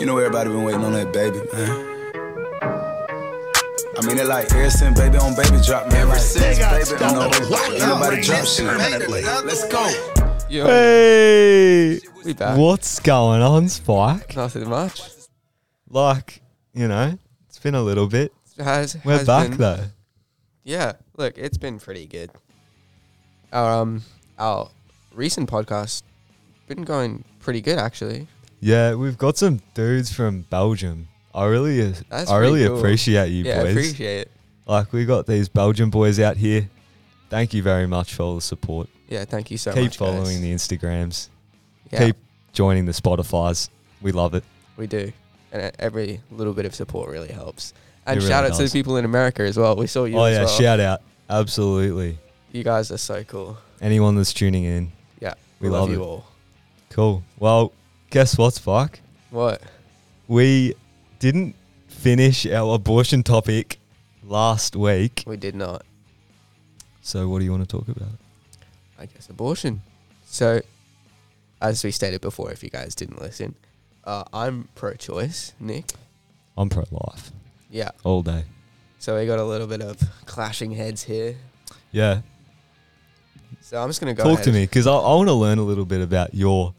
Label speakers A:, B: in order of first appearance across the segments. A: You know everybody been waiting on that baby, man. I mean, it like ever since baby on baby drop, man. Ever since baby on the nobody drop shit. Let's go.
B: Yo,
C: Hey,
B: we back.
C: what's going on, Spike?
B: Nothing much.
C: Like, you know, it's been a little bit.
B: Has,
C: We're
B: has
C: back
B: been-
C: though.
B: Yeah, look, it's been pretty good. Our um, our recent podcast been going pretty good actually.
C: Yeah, we've got some dudes from Belgium. I really, uh,
B: That's
C: I really
B: pretty cool.
C: appreciate you
B: yeah, I
C: boys.
B: appreciate it.
C: like, we got these Belgian boys out here. Thank you very much for all the support.
B: Yeah, thank you so
C: Keep
B: much. guys.
C: following the Instagrams.
B: Yeah,
C: Keep joining the Spotify's. We love it.
B: we do, and uh, every little bit of support really helps. And
C: It really
B: shout out to
C: does.
B: the people in America as well. We saw you.
C: oh
B: as
C: yeah,
B: well.
C: shout out. Absolutely.
B: You guys are so cool.
C: Anyone that's tuning in,
B: Yeah,
C: We love
B: you
C: it.
B: all.
C: cool. Well, guess what, Spike?
B: What?
C: We didn't finish our abortion topic last week.
B: We did not.
C: So what do you want to talk about?
B: I guess abortion. So, as we stated before, if you guys didn't listen, uh, I'm pro-choice, Nick.
C: I'm pro-life
B: Yeah.
C: all day.
B: So we got a little bit of clashing heads here.
C: Yeah,
B: So I'm just gonna go.
C: talk
B: ahead.
C: to me because I, I want to learn a little bit about your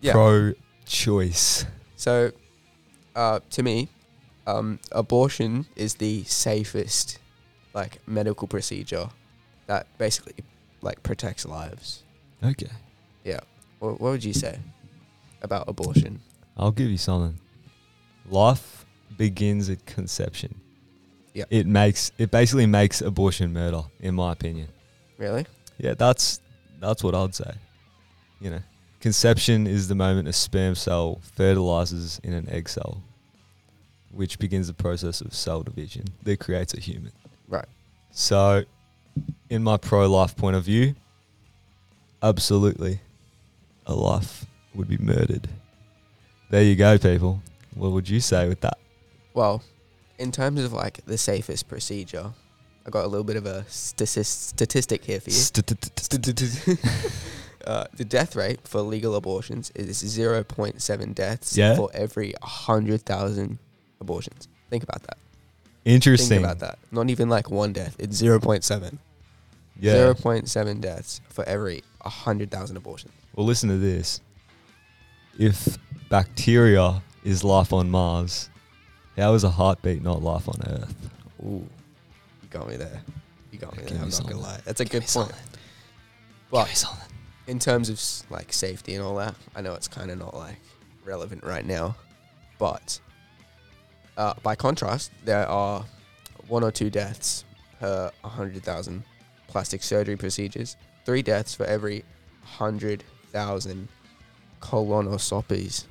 B: Yeah.
C: pro-choice.
B: So, uh, to me, um, abortion is the safest, like medical procedure that basically like protects lives.
C: Okay,
B: Yeah. What, what would you say about abortion?
C: I'll give you something. Life begins at conception.
B: Yeah.
C: it makes it basically makes abortion murder, in my opinion.
B: Really?
C: Yeah, that's that's what I'd say. You know, conception is the moment a sperm cell fertilizes in an egg cell, which begins the process of cell division that creates a human.
B: Right.
C: So, in my pro-life point of view, absolutely, a life would be murdered. There you go, people. What would you say with that?
B: Well, in terms of like the safest procedure, I got a little bit of a statis- statistic here for you. Uh, the death rate for legal abortions is 0.7 deaths
C: Yeah.
B: for every 100,000 abortions. Think about that.
C: Interesting.
B: Think about that. Not even like one death. It's 0.7.
C: Yeah.
B: 0.7 deaths for every 100,000 abortions.
C: Well, listen to this. If bacteria is life on Mars, how is a heartbeat not life on Earth?
B: Ooh. You got me there. You got me
C: Give
B: there.
C: me
B: I'm not going
C: something.
B: to lie. That's a good point. But in terms of s- like safety and all that, I know it's kind of not like relevant right now. But uh, by contrast, there are one or two deaths per 100,000 plastic surgery procedures, three deaths for every 100,000 colonoscopies.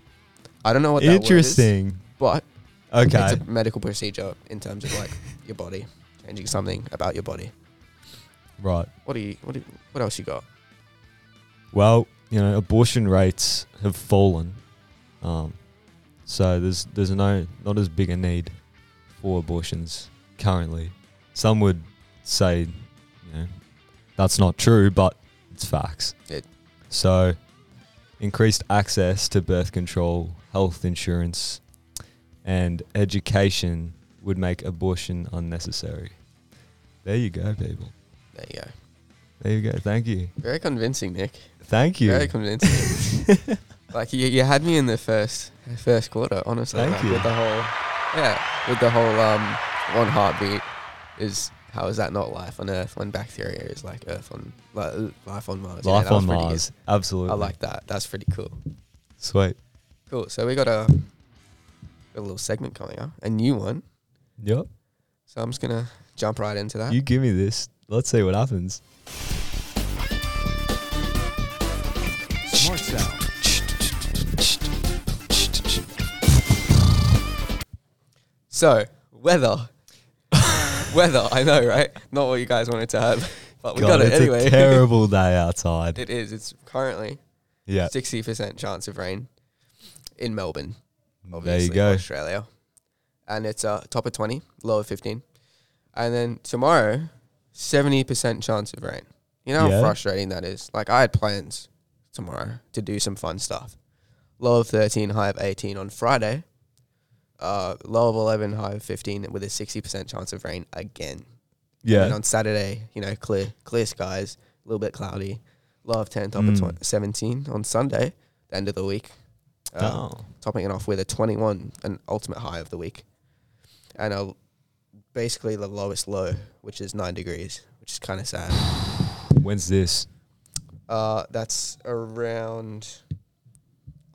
B: I don't know what that word is,
C: Interesting.
B: but
C: Okay.
B: it's a medical procedure in terms of like your body changing something about your body.
C: right.
B: What do you what do you, what else you got?
C: Well, you know, abortion rates have fallen. Um, so there's there's no not as big a need for abortions currently. Some would say, you know, that's not true, but it's facts.
B: It-
C: So increased access to birth control, health insurance, and education would make abortion unnecessary. There you go, people.
B: There you go.
C: There you go. Thank you.
B: Very convincing, Nick.
C: Thank you.
B: Very convincing. like you, you had me in the first first quarter, honestly.
C: Thank
B: like,
C: you.
B: With the whole, yeah, with the whole um, one heartbeat is how is that not life on Earth when bacteria is like Earth on like, uh, life on Mars? Yeah,
C: Life
B: that was
C: on
B: pretty
C: Mars. Absolutely.
B: Good. I like that. That's pretty cool.
C: Sweet.
B: Cool. So we got a, got a little segment coming up, a new one.
C: Yep.
B: So I'm just gonna jump right into that.
C: You give me this. Let's see what happens.
A: Smart sound.
B: so weather. Weather, I know, right? Not what you guys wanted to have, but we
C: God,
B: got it
C: it's
B: anyway.
C: a terrible day outside.
B: It is. It's currently
C: Yeah.
B: sixty percent chance of rain in Melbourne,
C: There you
B: obviously
C: go.
B: Australia, and it's uh, top of twenty, low of fifteen, and then tomorrow seventy percent chance of rain. You know
C: Yeah.
B: how frustrating that is. Like I had plans tomorrow to do some fun stuff. Low of thirteen, high of eighteen on Friday. uh, low of 11, high of 15 with a 60% chance of rain again. And
C: Yeah.
B: on Saturday, you know, clear, clear skies, a little bit cloudy, low of 10, top of
C: Mm.
B: tw- 17 on Sunday, the end of the week. Uh,
C: Oh.
B: Topping it off with a 21, an ultimate high of the week. And a, basically the lowest low, which is nine degrees, which is kind of sad.
C: When's this?
B: Uh, that's around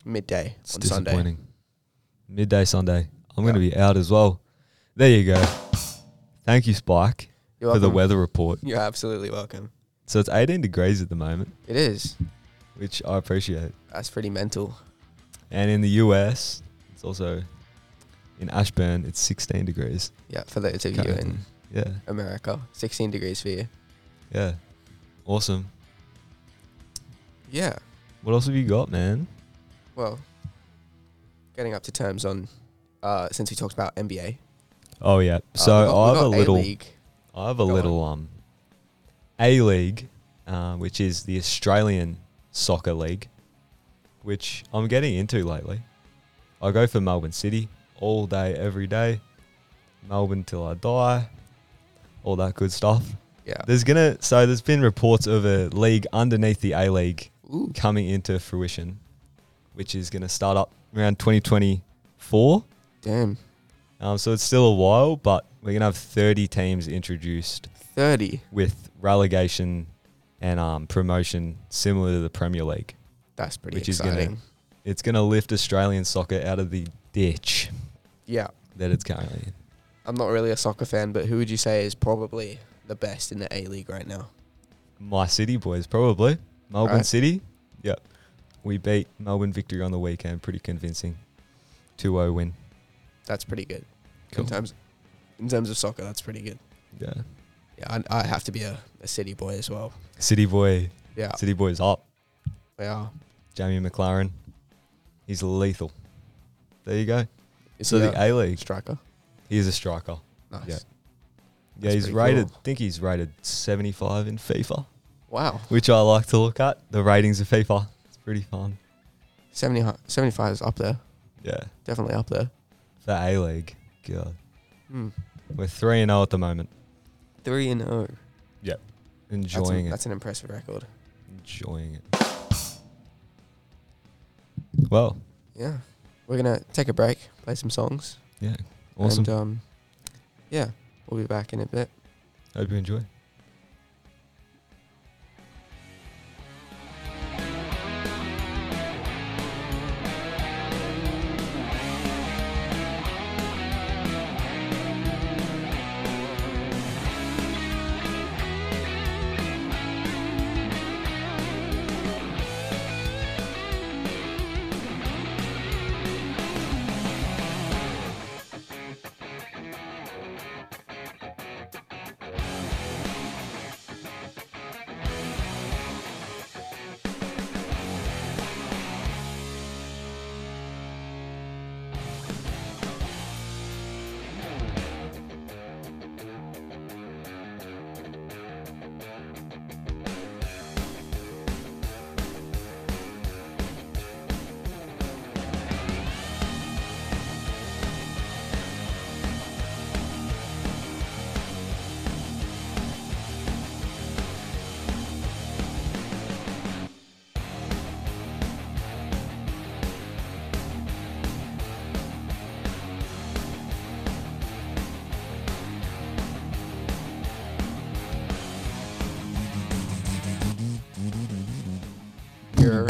B: midday
C: It's
B: on Sunday.
C: disappointing. Midday Sunday. I'm going to
B: Yeah.
C: be out as well. There you go. Thank you, Spike,
B: You're
C: for the
B: welcome.
C: weather report.
B: You're absolutely welcome.
C: So it's 18 degrees at the moment,
B: It is.
C: which I appreciate.
B: That's pretty mental.
C: And in the US, it's also in Ashburn, it's 16 degrees.
B: Yeah, for those of you
C: currently.
B: in
C: Yeah.
B: America, 16 degrees for you.
C: Yeah. Awesome.
B: Yeah.
C: What else have you got, man?
B: Well, getting up to terms on uh, since we talked about NBA.
C: Oh yeah.
B: uh,
C: So
B: we've got-
C: I
B: we've
C: have a
B: got
C: little
B: A-League.
C: I have a
B: Go on.
C: little um A League, uh, which is the Australian Soccer League, which I'm getting into lately. I go for Melbourne City all day, every day. Melbourne till I die. All that good stuff.
B: Yeah.
C: There's gonna so there's been reports of a league underneath the A League
B: Ooh.
C: coming into fruition, which is gonna start up around 2024.
B: Damn.
C: Um, so it's still a while, but we're gonna have 30 teams introduced
B: 30.
C: with relegation and um, promotion similar to the Premier League.
B: That's pretty
C: Which is gonna-
B: exciting.
C: It's going to lift Australian soccer out of the ditch
B: yeah.
C: that it's currently in.
B: I'm not really a soccer fan, but who would you say is probably the best in the A League right now?
C: My City boys, probably. Melbourne
B: Right.
C: City. Yep. We beat Melbourne Victory on the weekend. Pretty convincing. 2 0 win.
B: That's pretty good.
C: Cool.
B: In terms in terms of soccer, that's pretty good.
C: Yeah.
B: Yeah, I, I have to be a, a city boy as well.
C: City boy.
B: Yeah.
C: City boys up.
B: Yeah.
C: Jamie McLaren. He's lethal. There you go.
B: Is
C: So
B: he
C: the A League.
B: striker?
C: He is a striker.
B: Nice.
C: Yeah. Yeah,
B: That's
C: he's
B: pretty
C: rated.
B: cool.
C: I think he's rated 75 in FIFA.
B: Wow.
C: which I like to look at. The ratings of FIFA. It's pretty fun.
B: 70, hi- 75 is up there.
C: Yeah.
B: Definitely up there.
C: The A League. God.
B: Hmm.
C: We're 3 and 0 at the moment.
B: 3 and 0. That's,
C: Enjoying
B: an, that's an impressive record.
C: it. Enjoying it. Well,
B: Yeah. We're going to take a break, play some songs.
C: yeah. Awesome.
B: And um, yeah, we'll be back in a bit.
C: Hope you enjoy.
B: You're,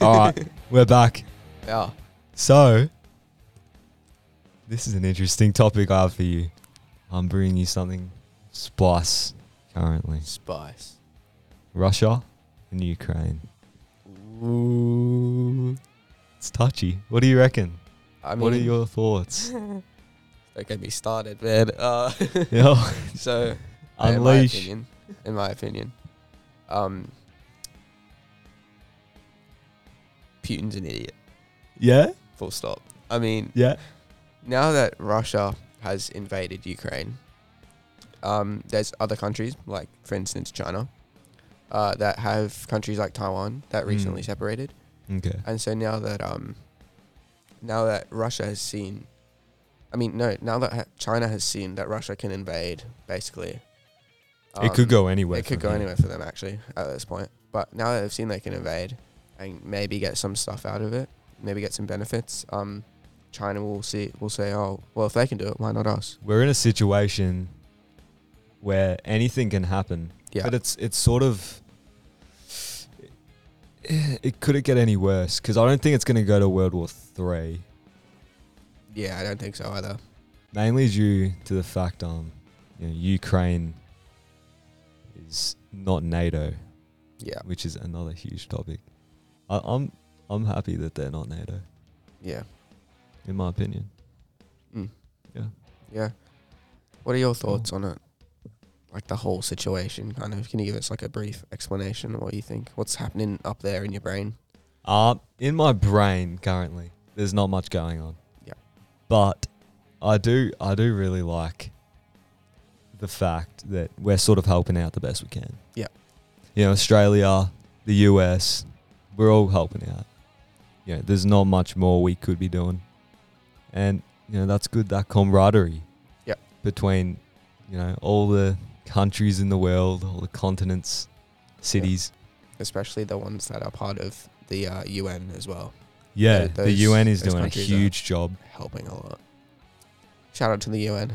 C: All right. We're back.
B: yeah.
C: So, this is an interesting topic I have for you. I'm bringing you something spice currently.
B: Spice.
C: Russia and Ukraine.
B: Ooh.
C: It's touchy. What do you reckon?
B: I mean,
C: what are your thoughts?
B: don't get me started, man. Uh,
C: Yo,
B: so, in my
C: unleash.
B: opinion, in my opinion, um, Putin's an idiot.
C: Yeah,
B: Full stop. I mean,
C: yeah.
B: now that Russia has invaded Ukraine, um, there's other countries like, for instance, China, uh, that
C: Hmm.
B: have countries like Taiwan that recently
C: Mm.
B: separated,
C: Okay.
B: and so now that um, now that Russia has seen, I mean, no, now that ha- China has seen that Russia can invade, basically,
C: it could go anywhere.
B: um, it could go
C: from here.
B: anywhere for them actually at this point. But now that they've seen they can invade and maybe get some stuff out of it, maybe get some benefits. Um, China will see will say, oh, well, if they can do it, why not us?
C: We're in a situation where anything can happen.
B: Yeah.
C: But it's it's sort of Eh, it couldn't get any worse because I don't think it's going to go to World War Three.
B: Yeah, I don't think so either.
C: mainly due to the fact um you know, Ukraine is not NATO,
B: Yeah,
C: which is another huge topic. I, I'm I'm happy that they're not NATO,
B: yeah,
C: in my opinion.
B: yeah. What are
C: Oh.
B: your thoughts on it? Like the whole situation, kind of. Can you give us like a brief explanation of what you think? What's happening up there in your brain?
C: Uh, in my brain currently, there's not much going on.
B: Yeah.
C: But I do I do really like the fact that we're sort of helping out the best we can.
B: Yeah.
C: You know, Australia, the US, we're all helping out. You know, there's not much more we could be doing. And, you know, that's good, that camaraderie.
B: Yeah.
C: Between, you know, all the countries in the world, all the continents, cities.
B: especially the ones that are part of the uh, UN as well,
C: Yeah,
B: Tho-
C: the
B: those-
C: UN is
B: those
C: doing a
B: countries are-
C: huge job.
B: helping a lot. Shout out to the UN.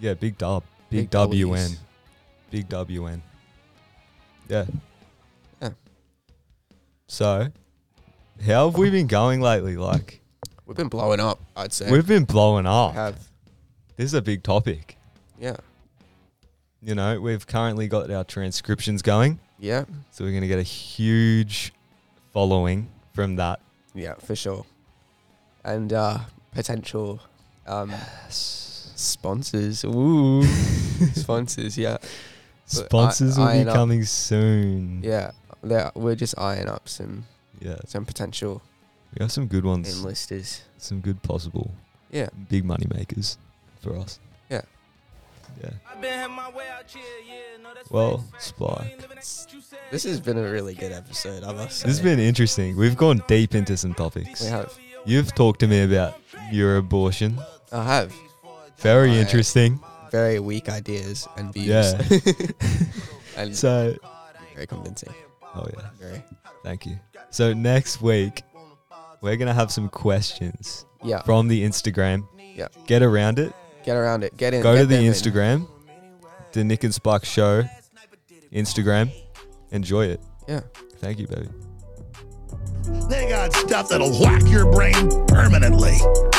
C: Yeah, big dub. Big,
B: Big
C: dub
B: W's.
C: UN. Big dub UN. Yeah.
B: Yeah.
C: So, how have we been going lately? Like,
B: We've been blowing up, I'd say.
C: we've been blowing up.
B: have,
C: This is a big topic.
B: yeah,
C: You know, we've currently got our transcriptions going.
B: yeah,
C: So, we're going to get a huge following from that.
B: yeah, for sure. And uh, potential um, sponsors. Ooh, sponsors. Yeah, But I-
C: Sponsors will
B: eyeing
C: be
B: up.
C: coming soon.
B: yeah. They're, we're just eyeing up some
C: Yeah.
B: some potential
C: We have some good ones,
B: enlisters.
C: some good possible
B: Yeah,
C: big money makers for us.
B: Yeah.
C: Yeah. Well,
D: Well,
C: Spike,
D: Spike.
B: this has been a really good episode. I must say.
C: This has been interesting. We've gone deep into some topics.
B: We have.
C: You've talked to me about your abortion.
B: I have
C: Very
B: I-
C: interesting.
B: very weak ideas and views.
C: Yeah.
B: and
C: So,
B: very convincing.
C: oh yeah,
B: Very.
C: thank you. So next week we're gonna have some questions
B: Yeah.
C: from the Instagram.
B: Yeah.
C: Get around it.
B: Get around it. Get in.
C: Go
B: get
C: to the
B: them in.
C: Instagram, the Nick and Spark Show Instagram. Enjoy it.
B: Yeah.
C: Thank you, baby.
E: They got stuff that'll whack your brain permanently.